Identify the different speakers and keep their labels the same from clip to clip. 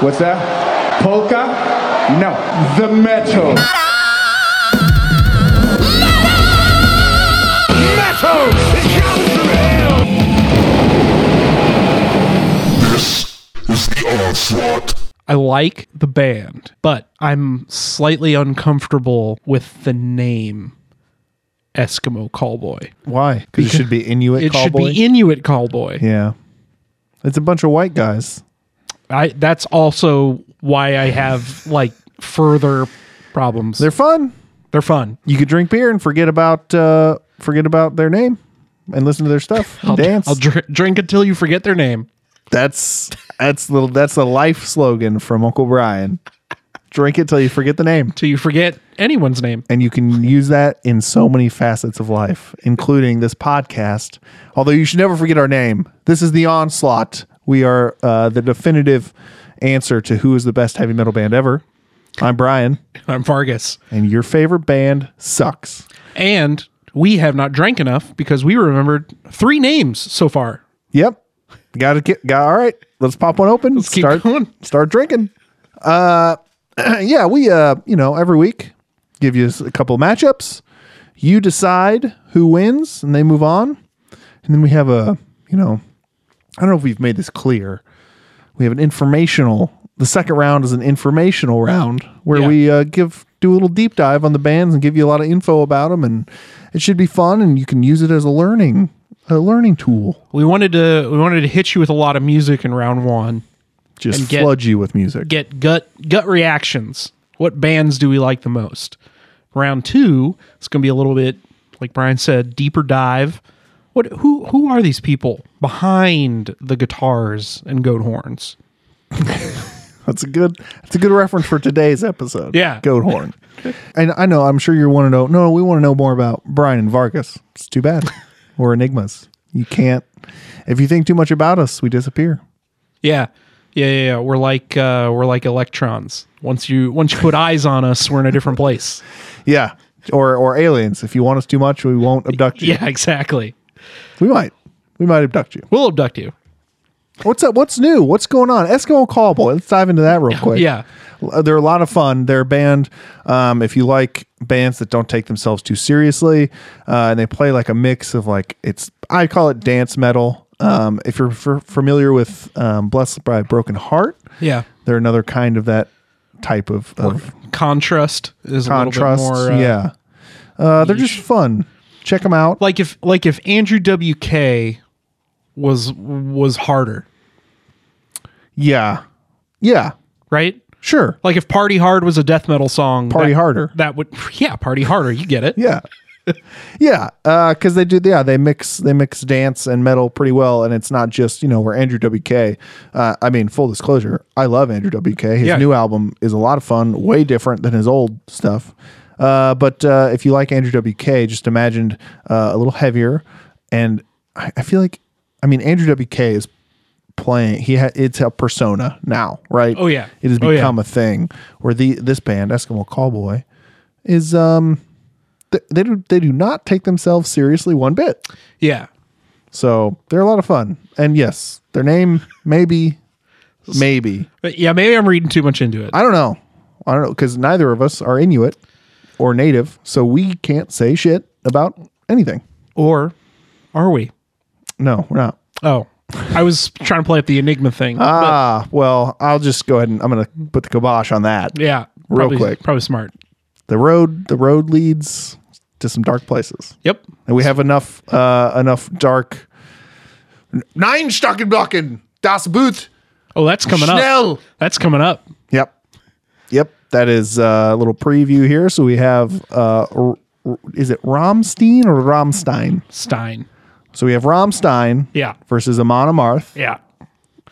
Speaker 1: What's that? Polka? No. The metal.
Speaker 2: Metal! It comes from hell!
Speaker 3: This is the onslaught.
Speaker 4: I like the band, but I'm slightly uncomfortable with the name Eskimo Callboy.
Speaker 5: Why? Because it should be Inuit
Speaker 4: It should
Speaker 5: cowboy.
Speaker 4: be Inuit Callboy.
Speaker 5: yeah, it's a bunch of white guys.
Speaker 4: I that's also why I have like further problems.
Speaker 5: They're
Speaker 4: They're
Speaker 5: fun.
Speaker 4: they're fun.
Speaker 5: You could drink beer and forget about uh, forget about their name and listen to their stuff. and
Speaker 4: I'll,
Speaker 5: dance.
Speaker 4: I'll dr- drink until you forget their name.
Speaker 5: that's that's the that's the life slogan from Uncle Brian. drink it till you forget the name.
Speaker 4: Till you forget anyone's name.
Speaker 5: and you can use that in so many facets of life, including this podcast. Although you should never forget our name. This is the onslaught. We are uh, the definitive answer to who is the best heavy metal band ever. I'm Brian,
Speaker 4: I'm Vargas.
Speaker 5: and your favorite band sucks.
Speaker 4: And we have not drank enough because we remembered three names so far.
Speaker 5: Yep, got to get. Got all right. Let's pop one open.
Speaker 4: Let's keep
Speaker 5: start
Speaker 4: going.
Speaker 5: start drinking. Uh, yeah, we uh, you know, every week give you a couple of matchups. You decide who wins, and they move on. And then we have a, you know, I don't know if we've made this clear. We have an informational. The second round is an informational round where
Speaker 4: Yeah.
Speaker 5: we uh, give do a little deep dive on the bands and give you a lot of info about them, and it should be fun, and you can use it as a learning a learning tool.
Speaker 4: We wanted to we wanted to hit you with a lot of music in round one.
Speaker 5: Just
Speaker 4: And get-
Speaker 5: flood you with music.
Speaker 4: Get gut gut reactions. What bands do we like the most? Round two, it's gonna be a little bit, like Brian said, deeper dive. What who who are these people behind the guitars and goat horns?
Speaker 5: That's a good. That's a good reference for today's episode.
Speaker 4: Yeah.
Speaker 5: goat horn. and I know. I'm sure you want to know. No, we want to know more about Brian and Vargas. It's too bad. We're enigmas. You can't. If you think too much about us, we disappear.
Speaker 4: Yeah. Yeah, yeah, yeah. We're like uh, we're like electrons. Once you once you put eyes on us, we're in a different place.
Speaker 5: Yeah. Or or aliens. If you want us too much, we won't abduct you.
Speaker 4: Yeah, exactly.
Speaker 5: We might. We might abduct you.
Speaker 4: We'll abduct you.
Speaker 5: What's up? What's new? What's going on? Eskimo Callboy. Let's dive into that real quick.
Speaker 4: Yeah.
Speaker 5: L- They're a lot of fun. They're a band. Um, if you like bands that don't take themselves too seriously, uh, and they play like a mix of like it's I call it dance metal. Um, if you're f- familiar with um, Blessed by a Broken Heart,
Speaker 4: Yeah.
Speaker 5: they're another kind of that type of, of
Speaker 4: Contrast is
Speaker 5: contrast.
Speaker 4: a little bit more uh,
Speaker 5: yeah, uh, they're just fun. Check them out.
Speaker 4: like if like if Andrew WK was was harder,
Speaker 5: yeah, yeah,
Speaker 4: right?
Speaker 5: sure.
Speaker 4: Like if Party Hard was a death metal song,
Speaker 5: Party
Speaker 4: that-
Speaker 5: harder.
Speaker 4: That would yeah, Party Harder, you get it.
Speaker 5: Yeah. Yeah, because they do. Yeah, they mix they mix dance and metal pretty well, and it's not just you know where Andrew WK. Uh, I mean, full disclosure, I love Andrew WK. His
Speaker 4: Yeah.
Speaker 5: new album is a lot of fun, way different than his old stuff. Uh, but uh, if you like Andrew WK, just imagined uh, a little heavier, and I, I feel like, I mean, Andrew WK is playing. He ha- it's a persona now, right?
Speaker 4: Oh, yeah.
Speaker 5: it has
Speaker 4: Oh, yeah.
Speaker 5: become a thing. Where the this band Eskimo Callboy is um th- they do they do not take themselves seriously one bit.
Speaker 4: Yeah.
Speaker 5: So they're a lot of fun. And yes, their name maybe maybe
Speaker 4: But yeah, maybe I'm reading too much into it.
Speaker 5: I don't know. I don't know because neither of us are Inuit or Native, so we can't say shit about anything.
Speaker 4: or are we?
Speaker 5: No, we're not.
Speaker 4: Oh. I was trying to play up the Enigma thing.
Speaker 5: Ah, well, I'll just go ahead and I'm gonna put the kibosh on that.
Speaker 4: but yeah.
Speaker 5: real
Speaker 4: probably,
Speaker 5: quick.
Speaker 4: Probably smart.
Speaker 5: The road the road leads to some dark places.
Speaker 4: Yep.
Speaker 5: And we have enough uh enough dark Nine Stockenblocken, das Boot.
Speaker 4: Oh, that's coming
Speaker 5: Schnell.
Speaker 4: up. That's coming up.
Speaker 5: Yep. Yep. That is uh, a little preview here. So we have, uh, r- r- is it Romstein or Romstein?
Speaker 4: Stein.
Speaker 5: So we have Romstein
Speaker 4: Yeah.
Speaker 5: versus Amon Amarth,
Speaker 4: Yeah.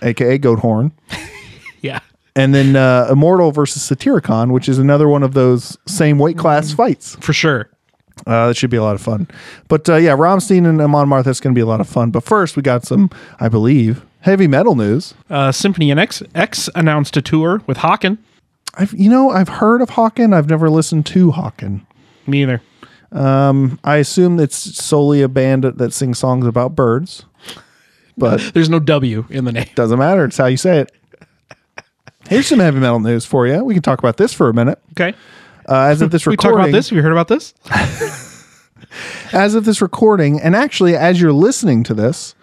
Speaker 5: aka Goathorn.
Speaker 4: Yeah.
Speaker 5: And then uh, Immortal versus Satyricon, which is another one of those same weight class fights.
Speaker 4: For sure.
Speaker 5: Uh, that should be a lot of fun. But uh, yeah, Romstein and Amon Amarth, that's going to be a lot of fun. But first, we got some, I believe, heavy metal news.
Speaker 4: Uh, Symphony and X, X announced a tour with Hawken.
Speaker 5: I've, you know, I've heard of Hawken. I've never listened to Hawken.
Speaker 4: Me either.
Speaker 5: I assume it's solely a band that sings songs about birds, but
Speaker 4: There's no W in the name.
Speaker 5: doesn't matter. It's how you say it. Here's some heavy metal news for you. We can talk about this for a minute.
Speaker 4: Okay.
Speaker 5: Uh, as of this
Speaker 4: We talk
Speaker 5: recording, Uh,
Speaker 4: about this. Have you heard about this?
Speaker 5: as of this recording, and actually as you're listening to this,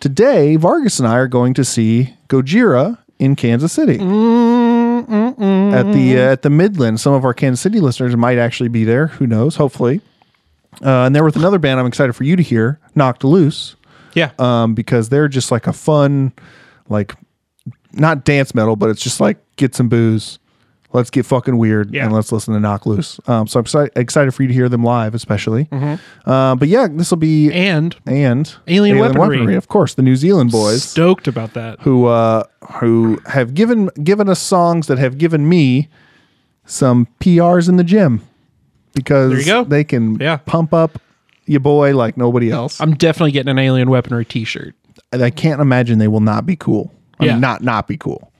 Speaker 5: today Vargas and I are going to see Gojira in Kansas City at the uh, at the Midland. Some of our Kansas City listeners might actually be there. Who knows? Hopefully. Uh, and they're with another band I'm excited for you to hear, Knocked Loose,
Speaker 4: Yeah.
Speaker 5: um, because they're just like a fun, like not dance metal, but it's just like get some booze, let's get fucking weird,
Speaker 4: Yeah.
Speaker 5: and let's listen to Knock Loose. Um, so I'm exci- excited for you to hear them live, especially. Uh, but yeah, this will be and,
Speaker 4: and Mm-hmm. Alien
Speaker 5: Alien,
Speaker 4: Weaponry.
Speaker 5: Weaponry. of course, the New Zealand boys
Speaker 4: stoked about that.
Speaker 5: who uh, who have given given us songs that have given me some PRs in the gym because
Speaker 4: There you go.
Speaker 5: they can
Speaker 4: Yeah.
Speaker 5: pump up your boy like nobody else.
Speaker 4: I'm definitely getting an alien weaponry T-shirt.
Speaker 5: And I can't imagine they will not be cool. I
Speaker 4: Yeah.
Speaker 5: mean, not not be cool.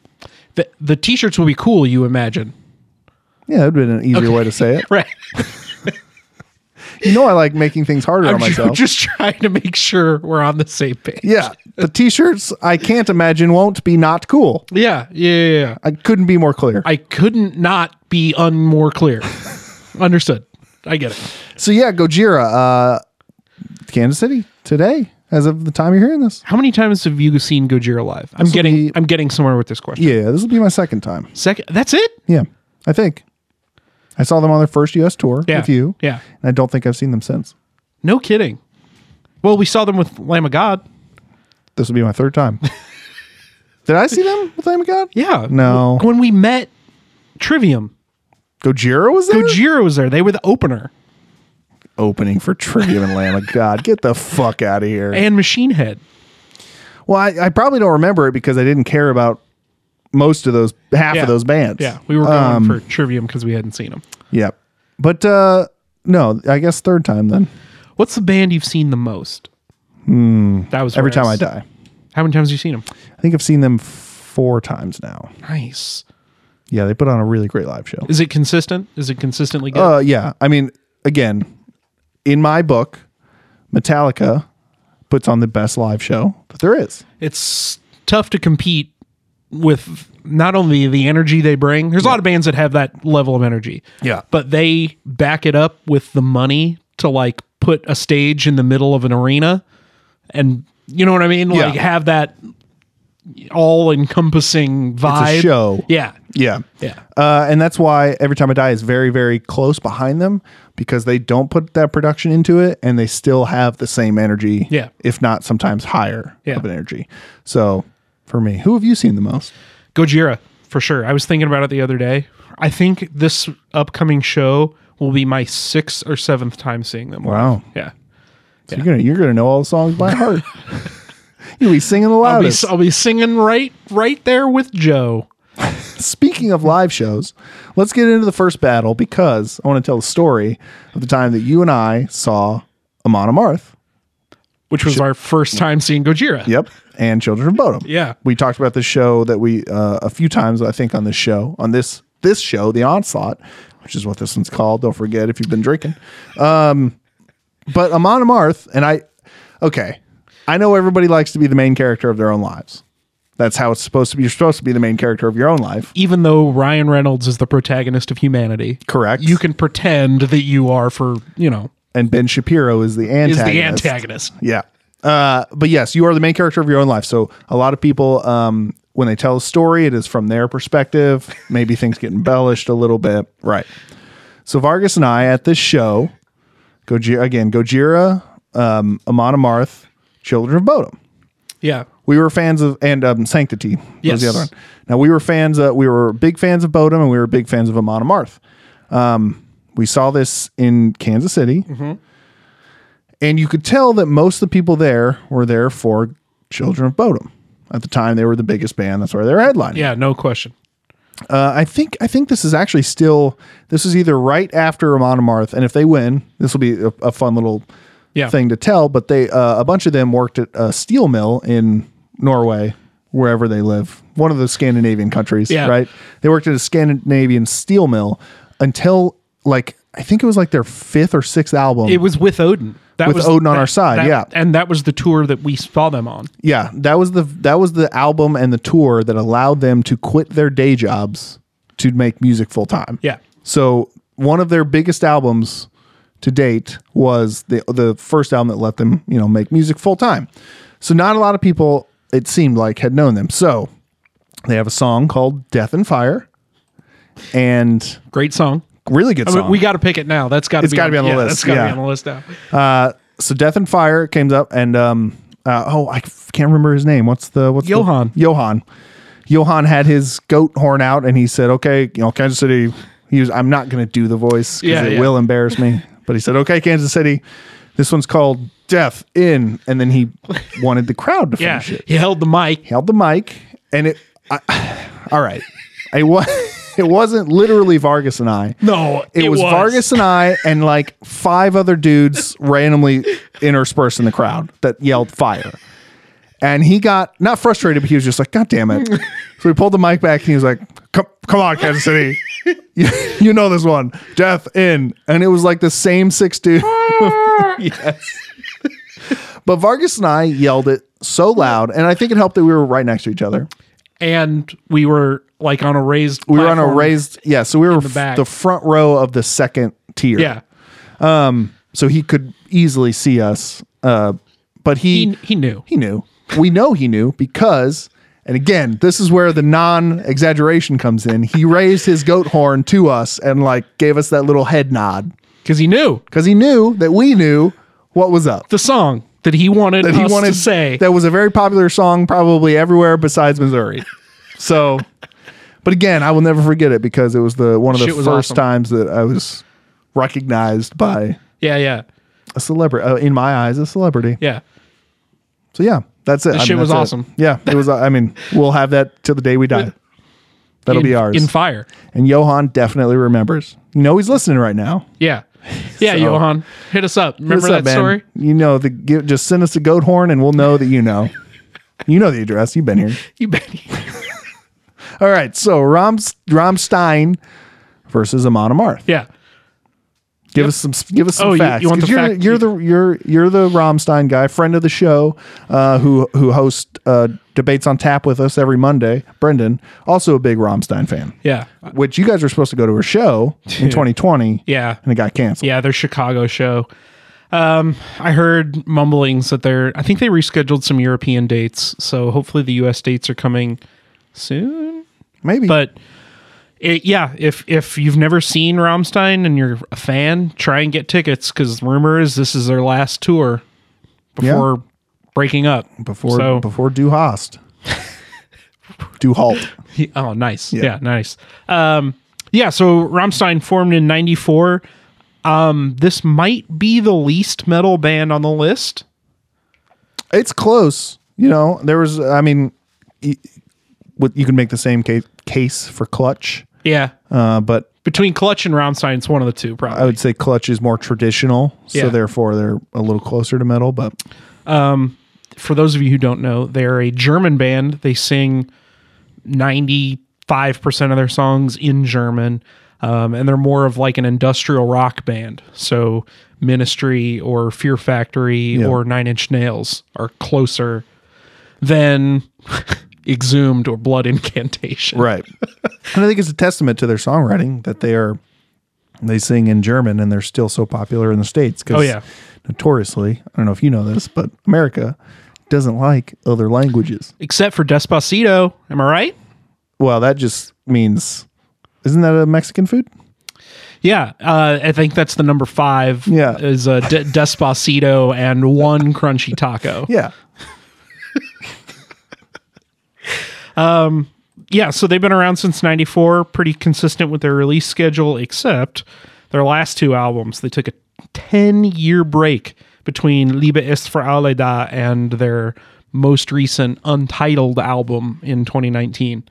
Speaker 4: The the T-shirts will be cool. You imagine,
Speaker 5: Yeah, that'd been an easier way to say it.
Speaker 4: right?
Speaker 5: You know, I like making things harder
Speaker 4: I'm
Speaker 5: on
Speaker 4: ju-
Speaker 5: myself.
Speaker 4: just trying to make sure we're on the same page.
Speaker 5: yeah, the t-shirts I can't imagine won't be not cool.
Speaker 4: Yeah. Yeah. yeah, yeah.
Speaker 5: I couldn't be more clear.
Speaker 4: I couldn't not be un more clear. Understood. I get it.
Speaker 5: so yeah, Gojira, uh, Kansas City today, as of the time you're hearing this.
Speaker 4: How many times have you seen Gojira live? I'm
Speaker 5: This'll
Speaker 4: getting
Speaker 5: be-
Speaker 4: I'm getting somewhere with this question.
Speaker 5: Yeah, this will be my second time.
Speaker 4: Second, that's it.
Speaker 5: Yeah, I think I saw them on their first U.S. tour
Speaker 4: Yeah.
Speaker 5: with you.
Speaker 4: Yeah.
Speaker 5: and I don't think I've seen them since.
Speaker 4: No kidding. Well, we saw them with Lamb of God.
Speaker 5: This will be my third time. Did I see them with Lamb of God?
Speaker 4: Yeah.
Speaker 5: No.
Speaker 4: When we met Trivium,
Speaker 5: Gojira was there.
Speaker 4: Gojira was there. They were the opener
Speaker 5: Opening for Trivium and Lamb of God. Get the fuck out of here.
Speaker 4: and Machine Head.
Speaker 5: Well, I, I probably don't remember it because I didn't care about most of those half
Speaker 4: Yeah.
Speaker 5: of those bands. Um,
Speaker 4: Yeah, we were going for Trivium because we hadn't seen them.
Speaker 5: Yep. But uh no, I guess third time then.
Speaker 4: Hmm. What's the band you've seen the most? That was
Speaker 5: Hmm. Every
Speaker 4: where
Speaker 5: time I
Speaker 4: was-
Speaker 5: die.
Speaker 4: How many times have you seen them?
Speaker 5: I think I've seen them four times now.
Speaker 4: Nice.
Speaker 5: Yeah, they put on a really great live show.
Speaker 4: Is it consistent? Is it consistently good?
Speaker 5: Uh yeah. I mean, again, in my book, Metallica puts on the best live show that there is.
Speaker 4: it's tough to compete with not only the energy they bring. There's a lot of bands that have that level of energy.
Speaker 5: Yeah.
Speaker 4: But they back it up with the money to like put a stage in the middle of an arena and you know what I mean? Like
Speaker 5: Yeah.
Speaker 4: have that all encompassing vibe.
Speaker 5: show.
Speaker 4: Yeah.
Speaker 5: Yeah.
Speaker 4: Yeah.
Speaker 5: Uh, and that's why Every Time I Die is very, very close behind them because they don't put that production into it and they still have the same energy.
Speaker 4: Yeah.
Speaker 5: If not sometimes higher
Speaker 4: Yeah.
Speaker 5: of an energy. So for me, who have you seen the most?
Speaker 4: Gojira, for sure. I was thinking about it the other day. I think this upcoming show will be my sixth or seventh time seeing them.
Speaker 5: Wow.
Speaker 4: Yeah.
Speaker 5: So you're gonna you're gonna know all the songs by heart. You'll be singing the
Speaker 4: I'll be,
Speaker 5: loudest.
Speaker 4: I'll be singing right right there with Joe.
Speaker 5: Speaking of live shows, let's get into the first battle because I want to tell the story of the time that you and I saw Amon Amarth.
Speaker 4: which was our first time seeing Gojira.
Speaker 5: Yep. And Children of Bodom.
Speaker 4: Yeah.
Speaker 5: We talked about this show that we uh, a few times I think on this show on this this show the onslaught, which is what this one's called. Don't forget if you've been drinking. Um, but Amon Amarth and I. Okay, I know everybody likes to be the main character of their own lives. That's how it's supposed to be. You're supposed to be the main character of your own life.
Speaker 4: Even though Ryan Reynolds is the protagonist of humanity,
Speaker 5: Correct.
Speaker 4: You can pretend that you are for you know
Speaker 5: And Ben Shapiro is the
Speaker 4: is
Speaker 5: antagonist.
Speaker 4: the antagonist.
Speaker 5: Yeah. Uh, but yes, you are the main character of your own life. So a lot of people, um, when they tell a story, it is from their perspective. Maybe things get embellished a little bit. Right. So Vargas and I at this show, Gojira, again, Gojira, um, Amon Amarth, Children of Bodom.
Speaker 4: Yeah,
Speaker 5: We were fans of, and um, Sanctity was
Speaker 4: Yes.
Speaker 5: the other one. Now we were fans, uh, we were big fans of Bodom and we were big fans of Amon Amarth. Um, we saw this in Kansas City. And you could tell that most of the people there were there for Children of Bodom. At the time, they were the biggest band. That's where they were headlining.
Speaker 4: yeah, no question.
Speaker 5: Uh, I think I think this is actually still this is either right after Amon Amarth, and if they win, this will be a, a fun little
Speaker 4: Yeah.
Speaker 5: thing to tell. But they uh, a bunch of them worked at a steel mill in Norway, wherever they live, one of the Scandinavian countries.
Speaker 4: Yeah.
Speaker 5: Right? They worked at a Scandinavian steel mill until like I think it was like their fifth or sixth album.
Speaker 4: It was with Odin. That
Speaker 5: With
Speaker 4: was,
Speaker 5: Odin on
Speaker 4: that-
Speaker 5: our side,
Speaker 4: that-
Speaker 5: yeah.
Speaker 4: and that was the tour that we saw them on.
Speaker 5: yeah, that was the that was the album and the tour that allowed them to quit their day jobs to make music full time.
Speaker 4: Yeah.
Speaker 5: So one of their biggest albums to date was the the first album that let them, you know, make music full time. So not a lot of people it seemed like had known them. So they have a song called Death and Fire and
Speaker 4: Great song.
Speaker 5: really good
Speaker 4: I
Speaker 5: song.
Speaker 4: mean, we got to pick it now. That's got
Speaker 5: It's gotta be on the list,
Speaker 4: That's got to
Speaker 5: yeah.
Speaker 4: be on the list now.
Speaker 5: uh so Death and Fire came up and um uh, oh, I can't remember his name. What's the what's the-
Speaker 4: Johan.
Speaker 5: Johan. Johan had his goat horn out and he said, "Okay, you know, Kansas City." He was, I'm not going to do the voice because
Speaker 4: Yeah,
Speaker 5: it
Speaker 4: yeah.
Speaker 5: will embarrass me. But he said, "Okay, Kansas City, this one's called Death In," and then he wanted the crowd to
Speaker 4: Yeah,
Speaker 5: finish it.
Speaker 4: he held the mic.
Speaker 5: Held the mic, and it. I, all right, it was. It wasn't literally Vargas and I.
Speaker 4: No,
Speaker 5: It, was, Vargas and I and like five other dudes randomly interspersed in the crowd that yelled fire. And he got not frustrated, but he was just like, God damn it. So he pulled the mic back and he was like, Come, come on, Kansas City. You, you know this one. Death in. And it was like the same six dudes. yes. But Vargas and I yelled it so loud. And I think it helped that we were right next to each other.
Speaker 4: and we were like on a raised.
Speaker 5: We were on a
Speaker 4: platform.
Speaker 5: raised, yeah. So we were
Speaker 4: the
Speaker 5: f-
Speaker 4: back.
Speaker 5: the front row of the second tier.
Speaker 4: Yeah,
Speaker 5: so he could easily see us. Uh, but he,
Speaker 4: he he knew.
Speaker 5: he knew. We know he knew because, and again, this is where the non exaggeration comes in. He raised his goat horn to us and like gave us that little head nod
Speaker 4: because he knew
Speaker 5: because he knew that we knew what was up.
Speaker 4: the song that he wanted
Speaker 5: That
Speaker 4: us
Speaker 5: he wanted
Speaker 4: to say.
Speaker 5: that was a very popular song, probably everywhere besides Missouri. So, but again, I will never forget it because it was the one of the
Speaker 4: Shit was
Speaker 5: first
Speaker 4: awesome.
Speaker 5: times that I was recognized by
Speaker 4: yeah, yeah,
Speaker 5: a celebrity. Uh, in my eyes, a celebrity.
Speaker 4: yeah.
Speaker 5: So yeah, that's it. That
Speaker 4: shit was awesome.
Speaker 5: Yeah, it was. I mean, we'll have that till the day we die. That'll
Speaker 4: In-
Speaker 5: be ours.
Speaker 4: in fire.
Speaker 5: and Johan definitely remembers. You know, he's listening right now.
Speaker 4: Yeah, yeah.
Speaker 5: So-
Speaker 4: Johan, hit us up. Remember
Speaker 5: What's
Speaker 4: that
Speaker 5: up, man?
Speaker 4: story?
Speaker 5: You know, the gi- just send us a goat horn, and we'll know that you know. you know the address. You've been here.
Speaker 4: You bet.
Speaker 5: All right. So Rom's Romstein versus Amon Amarth.
Speaker 4: yeah.
Speaker 5: Give us some. Give us some
Speaker 4: Oh, you-
Speaker 5: facts.
Speaker 4: you want
Speaker 5: 'cause
Speaker 4: the
Speaker 5: you're,
Speaker 4: fact-
Speaker 5: you're the you're you're the Romstein guy, friend of the show, uh, who who hosts uh, debates on tap with us every Monday. Brendan, also a big Romstein fan.
Speaker 4: Yeah.
Speaker 5: Which you guys were supposed to go to a show in 2020.
Speaker 4: Yeah.
Speaker 5: and it got canceled.
Speaker 4: Yeah, their Chicago show. Um, I heard mumblings that they're I think they rescheduled some European dates, so hopefully the US dates are coming soon.
Speaker 5: maybe.
Speaker 4: But it, yeah, if if you've never seen Rammstein and you're a fan, try and get tickets cuz rumor is this is their last tour
Speaker 5: Yeah.
Speaker 4: before breaking up.
Speaker 5: before
Speaker 4: so-
Speaker 5: before Du Hast, Du Halt.
Speaker 4: He- oh, nice. Yeah, nice. Um, yeah, so Rammstein formed in 94. Um, this might be the least metal band on the list.
Speaker 5: It's close. You know, there was. I mean, y- what- you can make the same case case for Clutch,
Speaker 4: Yeah.
Speaker 5: uh, but
Speaker 4: Between Clutch and Rammstein, it's one of the two, probably.
Speaker 5: I would say Clutch is more traditional, so
Speaker 4: Yeah.
Speaker 5: therefore they're a little closer to metal. But
Speaker 4: For those of you who don't know, they're a German band. They sing 95% of their songs in German, um, and they're more of like an industrial rock band. So Ministry or Fear Factory or Nine Inch Nails are closer than Exhumed or Blood Incantation.
Speaker 5: right, and I think it's a testament to their songwriting that they are they sing in German and they're still so popular in the states. 'cause
Speaker 4: Oh, yeah.
Speaker 5: notoriously, I don't know if you know this, but America doesn't like other languages.
Speaker 4: Except for Despacito. Am I right?
Speaker 5: Well, that just means isn't that a Mexican food?
Speaker 4: Yeah, uh, I think that's the number five.
Speaker 5: Yeah.
Speaker 4: is a de- Despacito and one crunchy taco.
Speaker 5: Yeah,
Speaker 4: yeah, so they've been around since 94, pretty consistent with their release schedule, except their last two albums. They took a 10 year break between Liebe ist für alle da and their most recent untitled album in 2019.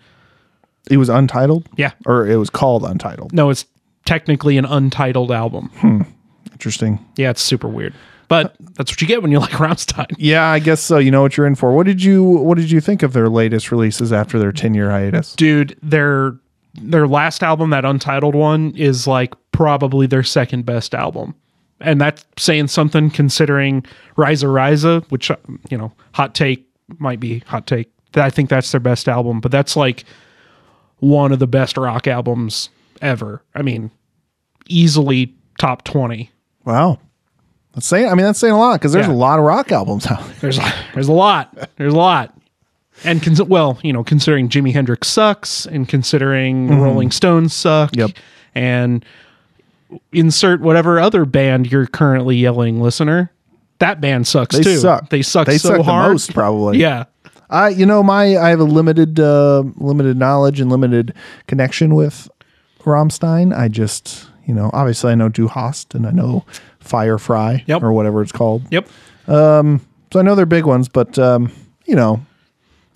Speaker 5: it was untitled.
Speaker 4: Yeah.
Speaker 5: or it was called untitled.
Speaker 4: No, it's technically an untitled album.
Speaker 5: Interesting.
Speaker 4: Yeah, it's super weird. But that's what you get when you like Rammstein.
Speaker 5: Yeah, I guess so. You know what you're in for. What did you What did you think of their latest releases after their 10 year hiatus?
Speaker 4: dude their their last album that untitled one is like probably their second best album. And that's saying something considering Riza Riza, which, uh, you know, hot take might be hot take. That- I think that's their best album, but that's like one of the best rock albums ever. I mean, easily top 20.
Speaker 5: Wow. That's saying, I mean, that's saying a lot because there's
Speaker 4: Yeah.
Speaker 5: a lot of rock albums out there.
Speaker 4: There's there's a lot. There's a lot. And cons- well, you know, considering Jimi Hendrix sucks, and considering Rolling Stones suck,
Speaker 5: Mm-hmm. Yep.
Speaker 4: and insert whatever other band you're currently yelling, listener, that band sucks
Speaker 5: They
Speaker 4: too.
Speaker 5: suck.
Speaker 4: They suck.
Speaker 5: They
Speaker 4: so
Speaker 5: suck the
Speaker 4: hard.
Speaker 5: most, probably.
Speaker 4: Yeah.
Speaker 5: I, you know, my, I have a limited, uh, limited knowledge and limited connection with Rammstein. I just, you know, obviously I know Du Hast and I know Fire Fry
Speaker 4: Yep.
Speaker 5: or whatever it's called.
Speaker 4: Yep.
Speaker 5: So I know they're big ones, but, um, you know,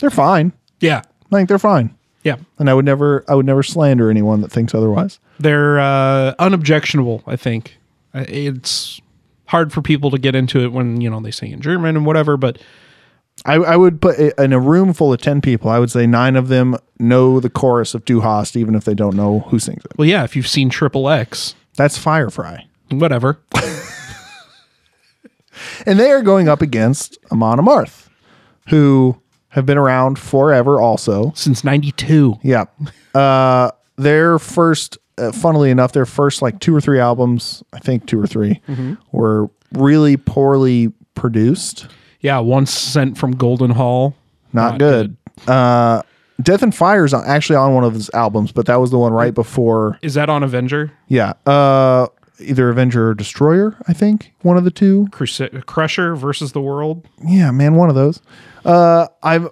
Speaker 5: they're fine.
Speaker 4: Yeah.
Speaker 5: I think they're fine.
Speaker 4: Yeah.
Speaker 5: And I would never, I would never slander anyone that thinks otherwise.
Speaker 4: They're uh, unobjectionable. I think Uh, it's hard for people to get into it when you know they sing in German and whatever, but
Speaker 5: I, I would put i- in a room full of 10 people, I would say nine of them know the chorus of Du Hast, even if they don't know who sings it.
Speaker 4: well, yeah, if you've seen Triple X,
Speaker 5: That's Firefry.
Speaker 4: whatever.
Speaker 5: And they are going up against Amon Amarth, who have been around forever also.
Speaker 4: Since '92.
Speaker 5: Yeah. Uh, their first, uh, funnily enough, their first like two or three albums, I think two or 3 were really poorly produced.
Speaker 4: Yeah, one sent from Golden Hall.
Speaker 5: Not,
Speaker 4: Not
Speaker 5: good. Uh, Death and Fire is actually on one of his albums, but that was the one right before
Speaker 4: Is that on Avenger?
Speaker 5: Yeah. Uh either Avenger or Destroyer, I think. One of the two.
Speaker 4: Crus- Crusher versus the World?
Speaker 5: Yeah, man, one of those. Uh I've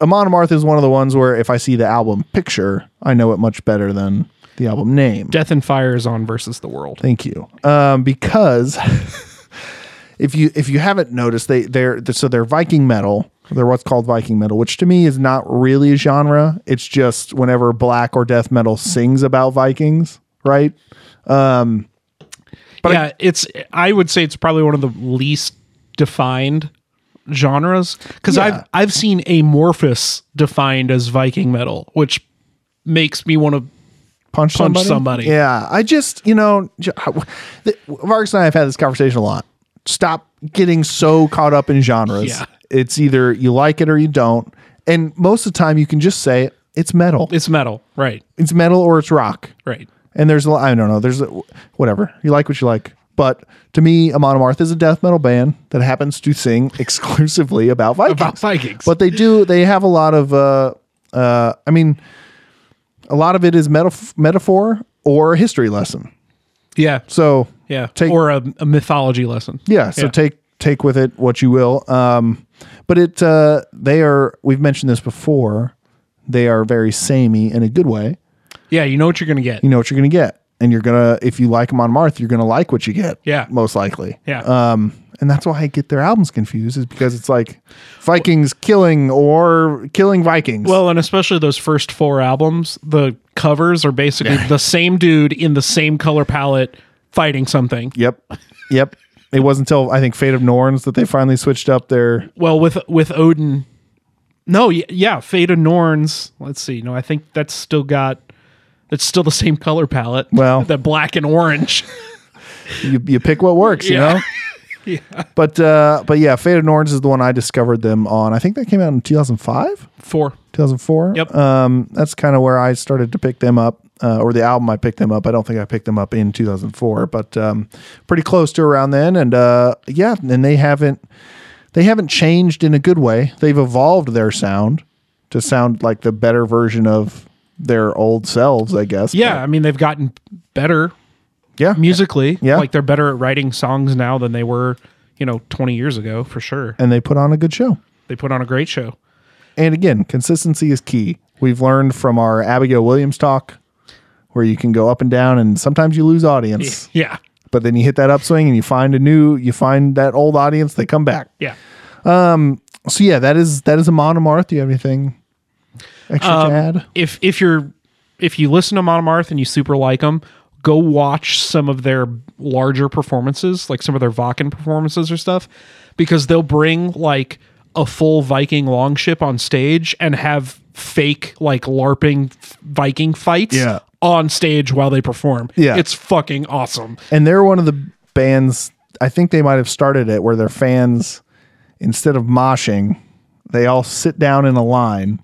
Speaker 5: Amon Amarth is one of the ones where if I see the album picture, I know it much better than the album name.
Speaker 4: Death and Fire is on versus the World.
Speaker 5: Thank you. Um, because if you if you haven't noticed, they they're so they're Viking metal. They're what's called Viking metal, which to me is not really a genre. It's just whenever black or death metal sings about Vikings, right?
Speaker 4: yeah, it's I would say it's probably one of the least defined genres cuz
Speaker 5: Yeah.
Speaker 4: I've I've seen amorphous defined as viking metal, which makes me want to Punch
Speaker 5: punch, somebody?
Speaker 4: somebody.
Speaker 5: Yeah, I just you know, j- the- Vargas and I have had this conversation a lot. Stop getting so caught up in genres.
Speaker 4: Yeah.
Speaker 5: It's either you like it or you don't, and most of the time you can just say it's metal.
Speaker 4: it's metal, right?
Speaker 5: It's metal or it's rock.
Speaker 4: Right.
Speaker 5: And there's a lot, I don't know. There's a, whatever you like, what you like. But to me, Amon Amarth is a death metal band that happens to sing exclusively about Vikings.
Speaker 4: About Vikings.
Speaker 5: But they do. They have a lot of. Uh, uh, I mean, a lot of it is metaf- metaphor or a history lesson.
Speaker 4: yeah.
Speaker 5: So
Speaker 4: Yeah.
Speaker 5: take-
Speaker 4: or a, a mythology lesson.
Speaker 5: yeah. So take take with it what you will. Um, but it uh, they are. We've mentioned this before. They are very samey in a good way.
Speaker 4: Yeah, you know what you're going to get.
Speaker 5: you know what you're gonna get, and you're gonna if you like them on Marth, you're gonna like what you get.
Speaker 4: Yeah.
Speaker 5: most likely.
Speaker 4: Yeah.
Speaker 5: Um, and that's why I get their albums confused is because it's like Vikings killing or killing Vikings.
Speaker 4: Well, and especially those first four albums, the covers are basically the same dude in the same color palette fighting something.
Speaker 5: yep, yep. It wasn't until I think Fate of Norns that they finally switched up their.
Speaker 4: Well, with with Odin, no, y- yeah, Fate of Norns. Let's see, no, I think that's still got. It's still the same color palette.
Speaker 5: Well-
Speaker 4: that black and orange.
Speaker 5: You, you pick what works,
Speaker 4: Yeah.
Speaker 5: you know. But uh, but yeah, Fate of Norns is the one I discovered them on. I think that came out in 2005.
Speaker 4: Four.
Speaker 5: 2004.
Speaker 4: Yep.
Speaker 5: Um, that's kind of where I started to pick them up, uh, or the album I picked them up. I don't think I picked them up in 2004, but um, pretty close to around then. And uh, yeah, and they haven't they haven't changed in a good way. They've evolved their sound to sound like the better version of their old selves, I guess.
Speaker 4: Yeah, I mean they've gotten better
Speaker 5: But yeah.
Speaker 4: musically.
Speaker 5: Yeah.
Speaker 4: like they're better at writing songs now than they were, you know, twenty years ago for sure.
Speaker 5: And they put on a good show.
Speaker 4: They put on a great show.
Speaker 5: And again, consistency is key. We've learned from our Abigail Williams talk, where you can go up and down, and sometimes you lose audience.
Speaker 4: Yeah,
Speaker 5: but then you hit that upswing and you find a new you find that old audience they come back
Speaker 4: yeah.
Speaker 5: so yeah that is that is a monomarth do you have anything extra
Speaker 4: Um,
Speaker 5: to add
Speaker 4: if if you're if you listen to Monomarth and you super like them, go watch some of their larger performances, like some of their Vakken performances or stuff, because they'll bring like a full Viking longship on stage and have fake like LARPing f- Viking fights
Speaker 5: Yeah.
Speaker 4: on stage while they perform.
Speaker 5: Yeah.
Speaker 4: It's fucking awesome.
Speaker 5: And they're one of the bands, I think they might have started it where their fans, instead of moshing, they all sit down in a line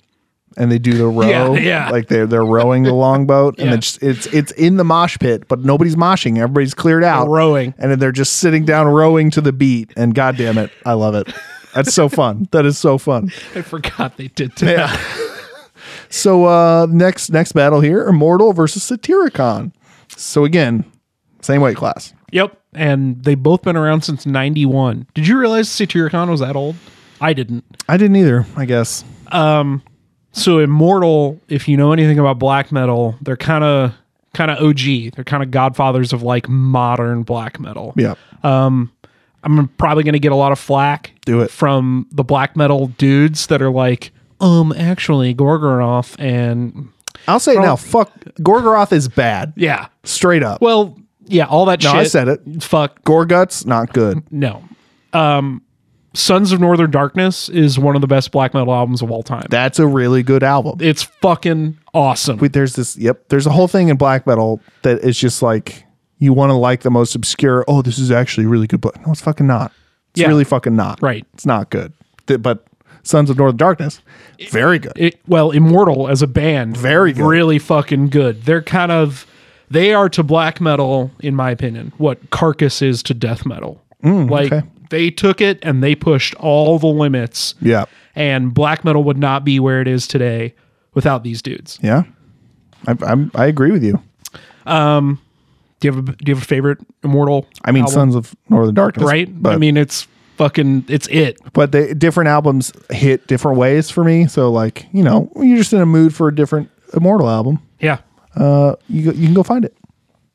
Speaker 5: and they do the
Speaker 4: Yeah,
Speaker 5: row.
Speaker 4: yeah.
Speaker 5: Like they're, they're rowing the longboat
Speaker 4: Yeah.
Speaker 5: and it's, it's, it's in the mosh pit, but nobody's moshing. Everybody's cleared out.
Speaker 4: rowing.
Speaker 5: And then they're just sitting down rowing to the beat. And God damn it, I love it. That's so fun. That is so fun.
Speaker 4: I forgot they did that.
Speaker 5: So uh next next battle here, Immortal versus Satyricon. So again, same weight class.
Speaker 4: Yep. And they've both been around since 91. Did you realize Satyricon was that old? I didn't.
Speaker 5: I didn't either, I guess.
Speaker 4: So Immortal, if you know anything about black metal, they're kind of kind of OG. They're kind of godfathers of like modern black metal.
Speaker 5: Yeah.
Speaker 4: I'm probably going to get a lot of flack
Speaker 5: Do it.
Speaker 4: from the black metal dudes that are like, um, actually, Gorgoroth and
Speaker 5: I'll say it now. Fuck Gorgoroth is bad.
Speaker 4: yeah,
Speaker 5: Straight up.
Speaker 4: well, yeah, all that
Speaker 5: No,
Speaker 4: shit.
Speaker 5: I said it.
Speaker 4: Fuck
Speaker 5: Gorguts, not good.
Speaker 4: no. Um, Sons of Northern Darkness is one of the best black metal albums of all time.
Speaker 5: That's a really good album.
Speaker 4: it's fucking awesome.
Speaker 5: But there's this yep, there's a whole thing in black metal that is just like you want to like the most obscure. Oh, this is actually really good, but no, it's fucking not. It's
Speaker 4: Yeah.
Speaker 5: really fucking not.
Speaker 4: Right.
Speaker 5: It's not good. Th- But Sons of Northern Darkness, very good.
Speaker 4: it, well, Immortal as a band,
Speaker 5: Very good.
Speaker 4: really fucking good. They're kind of they are to black metal, in my opinion, what Carcass is to death metal. like
Speaker 5: Mm, okay.
Speaker 4: they took it and they pushed all the limits.
Speaker 5: yeah.
Speaker 4: and black metal would not be where it is today without these dudes.
Speaker 5: Yeah, I, I'm, I agree with you.
Speaker 4: Do you have a, do you have a favorite Immortal?
Speaker 5: I mean,
Speaker 4: album?
Speaker 5: Sons of Northern Darkness,
Speaker 4: right?
Speaker 5: But,
Speaker 4: I mean, it's fucking it's it.
Speaker 5: but they different albums hit different ways for me. So, like, you know, you're just in a mood for a different Immortal album.
Speaker 4: Yeah.
Speaker 5: Uh, you go, you can go find it.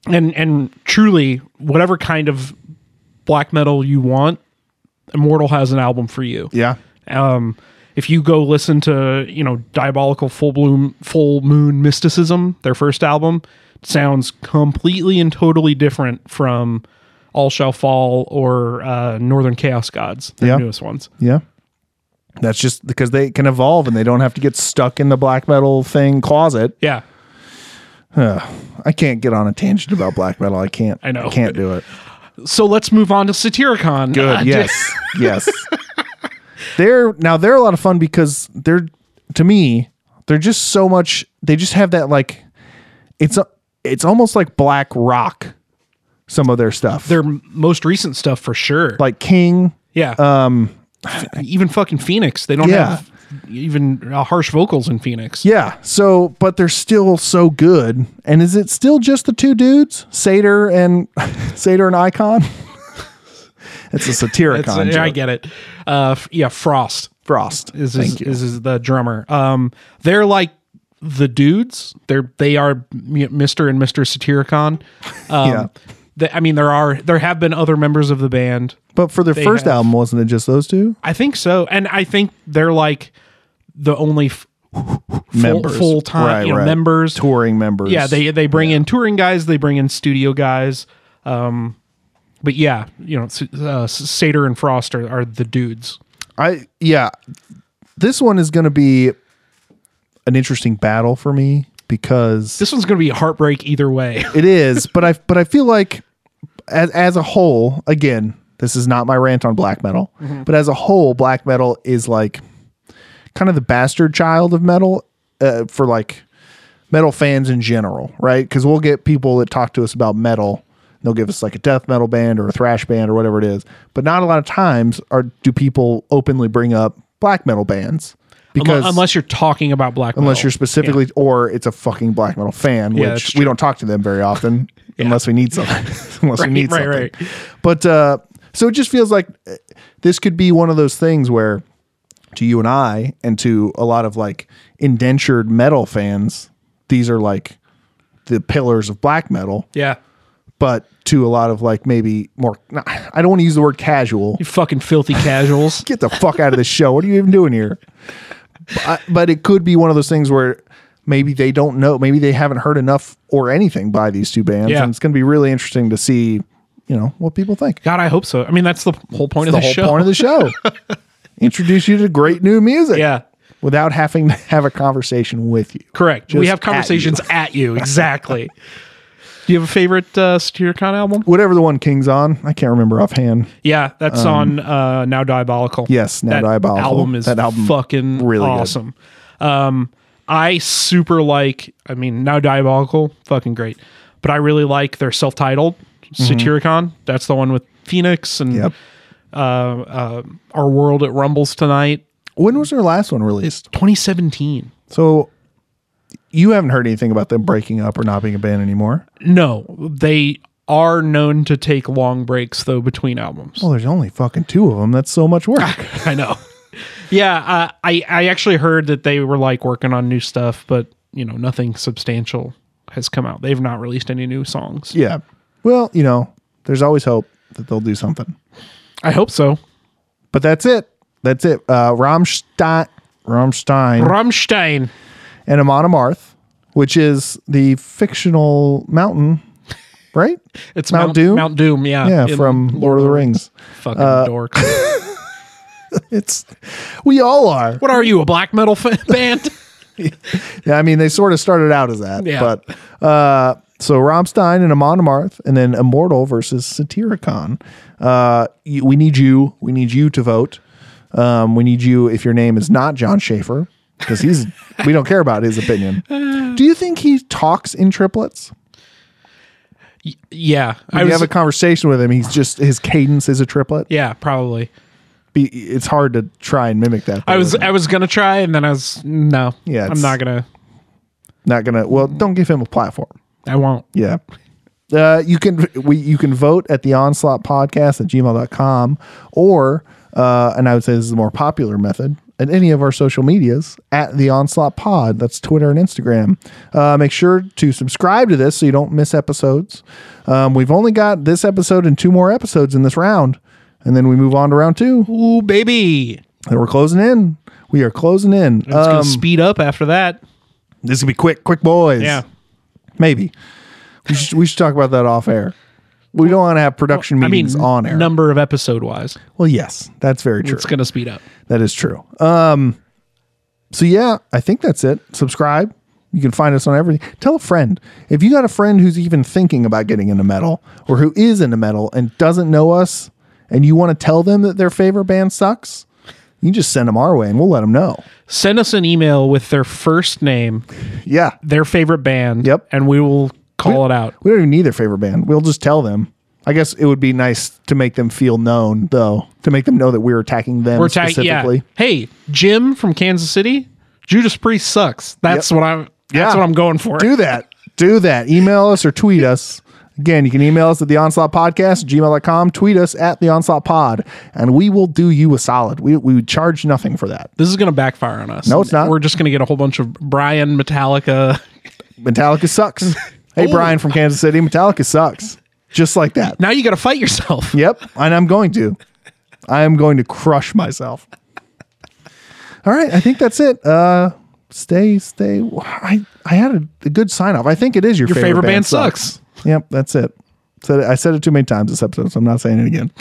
Speaker 4: and and truly whatever kind of black metal you want immortal has an album for you
Speaker 5: Yeah,
Speaker 4: um if you go listen to you know diabolical full bloom full moon mysticism their first album sounds completely and totally different from all shall fall or uh northern chaos gods the
Speaker 5: Yeah.
Speaker 4: newest ones
Speaker 5: yeah. That's just because they can evolve and they don't have to get stuck in the black metal thing closet.
Speaker 4: yeah
Speaker 5: I can't get on a tangent about black metal. I can't. I
Speaker 4: know.
Speaker 5: can't do it.
Speaker 4: so let's move on to satyricon
Speaker 5: Good.
Speaker 4: Uh,
Speaker 5: yes. yes. They're now they're a lot of fun because they're to me they're just so much. They just have that like it's a, it's almost like black rock. Some of their stuff.
Speaker 4: their most recent stuff for sure
Speaker 5: like King.
Speaker 4: Yeah. Um, even fucking Phoenix, they don't
Speaker 5: Yeah.
Speaker 4: have even uh, harsh vocals in Phoenix.
Speaker 5: Yeah. So, but they're still so good. And is it still just the two dudes, Sater and Sater and Icon? it's a satiricon.
Speaker 4: It's- yeah, I
Speaker 5: joke.
Speaker 4: get it. Uh, f- yeah, Frost
Speaker 5: Frost.
Speaker 4: is is,
Speaker 5: Thank you.
Speaker 4: is, is the drummer. Um, they're like the dudes. They're they are M- Mister and Mister Satyricon. Um,
Speaker 5: Yeah.
Speaker 4: they- I mean, there are there have been other members of the band.
Speaker 5: But for their first
Speaker 4: have-
Speaker 5: album, wasn't it just those two?
Speaker 4: I think so, and I think they're like the only f-
Speaker 5: members,
Speaker 4: full time
Speaker 5: Right, right.
Speaker 4: members.
Speaker 5: touring members.
Speaker 4: Yeah, they they bring in touring guys, they bring in studio guys. Um, but yeah, you know, S- uh, S- Sater and Frost are, are the dudes.
Speaker 5: I yeah, this one is going to be an interesting battle for me because
Speaker 4: This one's gonna be a heartbreak either way.
Speaker 5: it is. But I but I feel like as as a whole, again, this is not my rant on black metal, but as a whole, black metal is like kind of the bastard child of metal uh, for like metal fans in general, right? Because we'll get people that talk to us about metal. They'll give us like a death metal band or a thrash band or whatever it is, but not a lot of times are do people openly bring up black metal bands because
Speaker 4: Unless, unless you're talking about black,
Speaker 5: unless
Speaker 4: metal.
Speaker 5: you're specifically or it's a fucking black metal fan
Speaker 4: Yeah, that's
Speaker 5: which
Speaker 4: true.
Speaker 5: we don't talk to them very often unless we need something unless
Speaker 4: Right,
Speaker 5: we need
Speaker 4: right,
Speaker 5: something
Speaker 4: right.
Speaker 5: but uh so it just feels like uh, this could be one of those things where to you and I and to a lot of like indentured metal fans these are like the pillars of black metal
Speaker 4: yeah,
Speaker 5: but to a lot of like maybe more nah, I don't want to use the word casual
Speaker 4: you fucking filthy casuals.
Speaker 5: get the fuck out of this show. What are you even doing here? But, but it could be one of those things where maybe they don't know, maybe they haven't heard enough or anything by these two bands,
Speaker 4: Yeah.
Speaker 5: and it's going to be really interesting to see, you know, what people think.
Speaker 4: God, I hope so. I mean, that's the whole point
Speaker 5: the
Speaker 4: of the
Speaker 5: whole
Speaker 4: show.
Speaker 5: point of the show. Introduce you to great new music.
Speaker 4: yeah.
Speaker 5: without having to have a conversation with you.
Speaker 4: Correct. we
Speaker 5: Just
Speaker 4: have
Speaker 5: at
Speaker 4: conversations
Speaker 5: you.
Speaker 4: at you. Exactly. Do you have a favorite uh, Satyricon album?
Speaker 5: Whatever the one King's on, I can't remember offhand.
Speaker 4: Yeah, that's on uh, Now Diabolical.
Speaker 5: Um, Yes, Now
Speaker 4: that
Speaker 5: Diabolical.
Speaker 4: Album is
Speaker 5: That album
Speaker 4: fucking
Speaker 5: really
Speaker 4: really
Speaker 5: good.
Speaker 4: awesome. Um, I super like. I mean, Now Diabolical, fucking great. But I really like their self-titled Satyricon. That's the one with Phoenix and
Speaker 5: Mm-hmm. Yep.
Speaker 4: uh, uh, Our World at Rumbles tonight,
Speaker 5: When was their last one released?
Speaker 4: 2017.
Speaker 5: So you haven't heard anything about them breaking up or not being a band anymore.
Speaker 4: No, they are known to take long breaks though between albums.
Speaker 5: Well, there's only fucking two of them. That's so much work.
Speaker 4: I know. yeah, uh, I I actually heard that they were like working on new stuff, but you know nothing substantial has come out. They've not released any new songs.
Speaker 5: yeah. Well, you know, there's always hope that they'll do something.
Speaker 4: I hope so.
Speaker 5: But that's it. That's it. Uh, Rammstein, Rammstein,
Speaker 4: Rammstein.
Speaker 5: and Amon Amarth, which is the fictional mountain, right?
Speaker 4: It's
Speaker 5: Mount Doom?
Speaker 4: Mount Doom. Yeah.
Speaker 5: Yeah,
Speaker 4: In
Speaker 5: from Lord of the Uh, Rings.
Speaker 4: Fucking dork.
Speaker 5: It's we all are.
Speaker 4: What are you, a black metal fan? band?
Speaker 5: Yeah, I mean, they sort of started out as that,
Speaker 4: Yeah.
Speaker 5: but uh, so Rammstein and Amon Amarth, and then Immortal versus Satyricon. Uh, y- we need you. We need you to vote. Um, we need you if your name is not John Schaefer, because he's we don't care about his opinion. Do you think he talks in triplets?
Speaker 4: yeah. I
Speaker 5: When you
Speaker 4: was.
Speaker 5: have a conversation with him, he's just his cadence is a triplet.
Speaker 4: yeah, probably.
Speaker 5: Be, it's hard to try and mimic that.
Speaker 4: I was
Speaker 5: though.
Speaker 4: I was gonna try, and then I was no.
Speaker 5: Yeah, it's-
Speaker 4: I'm not gonna.
Speaker 5: not gonna. Well, don't give him a platform.
Speaker 4: I won't.
Speaker 5: Yeah. Uh, you can we you can vote at the onslaught podcast at gmail.com or uh, and I would say this is the more popular method at any of our social medias at the onslaught pod that's Twitter and Instagram. Uh, make sure to subscribe to this so you don't miss episodes. Um, we've only got this episode and two more episodes in this round, and then we move on to round two.
Speaker 4: Ooh, baby.
Speaker 5: And we're closing in. We are closing in.
Speaker 4: It's
Speaker 5: Um,
Speaker 4: gonna speed up after that.
Speaker 5: this will be quick, quick boys.
Speaker 4: Yeah.
Speaker 5: Maybe. We should, we should talk about that off air. We don't want to have production meetings
Speaker 4: I mean,
Speaker 5: on air.
Speaker 4: number of episode wise,
Speaker 5: well, yes, that's very true.
Speaker 4: it's gonna speed up.
Speaker 5: That is true. Um, so yeah, I think that's it. Subscribe. You can find us on everything. Tell a friend. If you got a friend who's even thinking about getting into metal or who is into metal and doesn't know us and you want to tell them that their favorite band sucks, you can just send them our way and we'll let them know.
Speaker 4: send us an email with their first name,
Speaker 5: Yeah.
Speaker 4: their favorite band.
Speaker 5: Yep.
Speaker 4: And we will call it out.
Speaker 5: We don't even need their favorite band. We'll just tell them. I guess it would be nice to make them feel known, though, to make them know that we're attacking them
Speaker 4: We're tag-
Speaker 5: specifically.
Speaker 4: yeah. Hey, Jim from Kansas City, Judas Priest sucks. That's what I'm that's
Speaker 5: Yeah.
Speaker 4: what I'm going for.
Speaker 5: Do that. Do that. Email us or tweet us. Again, you can email us at the onslaught podcast, gmail.com, tweet us at the onslaught pod, and we will do you a solid. We, we would charge nothing for that.
Speaker 4: This is gonna backfire on us.
Speaker 5: No, it's not.
Speaker 4: We're just gonna get a whole bunch of Brian Metallica.
Speaker 5: Metallica sucks. hey, Brian from Kansas City, Metallica sucks. Just like that.
Speaker 4: Now you gotta fight yourself.
Speaker 5: Yep, and I'm going to. I am going to crush myself. All right, I think that's it. Uh stay stay I I had a, a good sign off. I think it is your,
Speaker 4: Your favorite band sucks.
Speaker 5: Yep, that's it. Said it, I said it too many times this episode, so I'm not saying it again.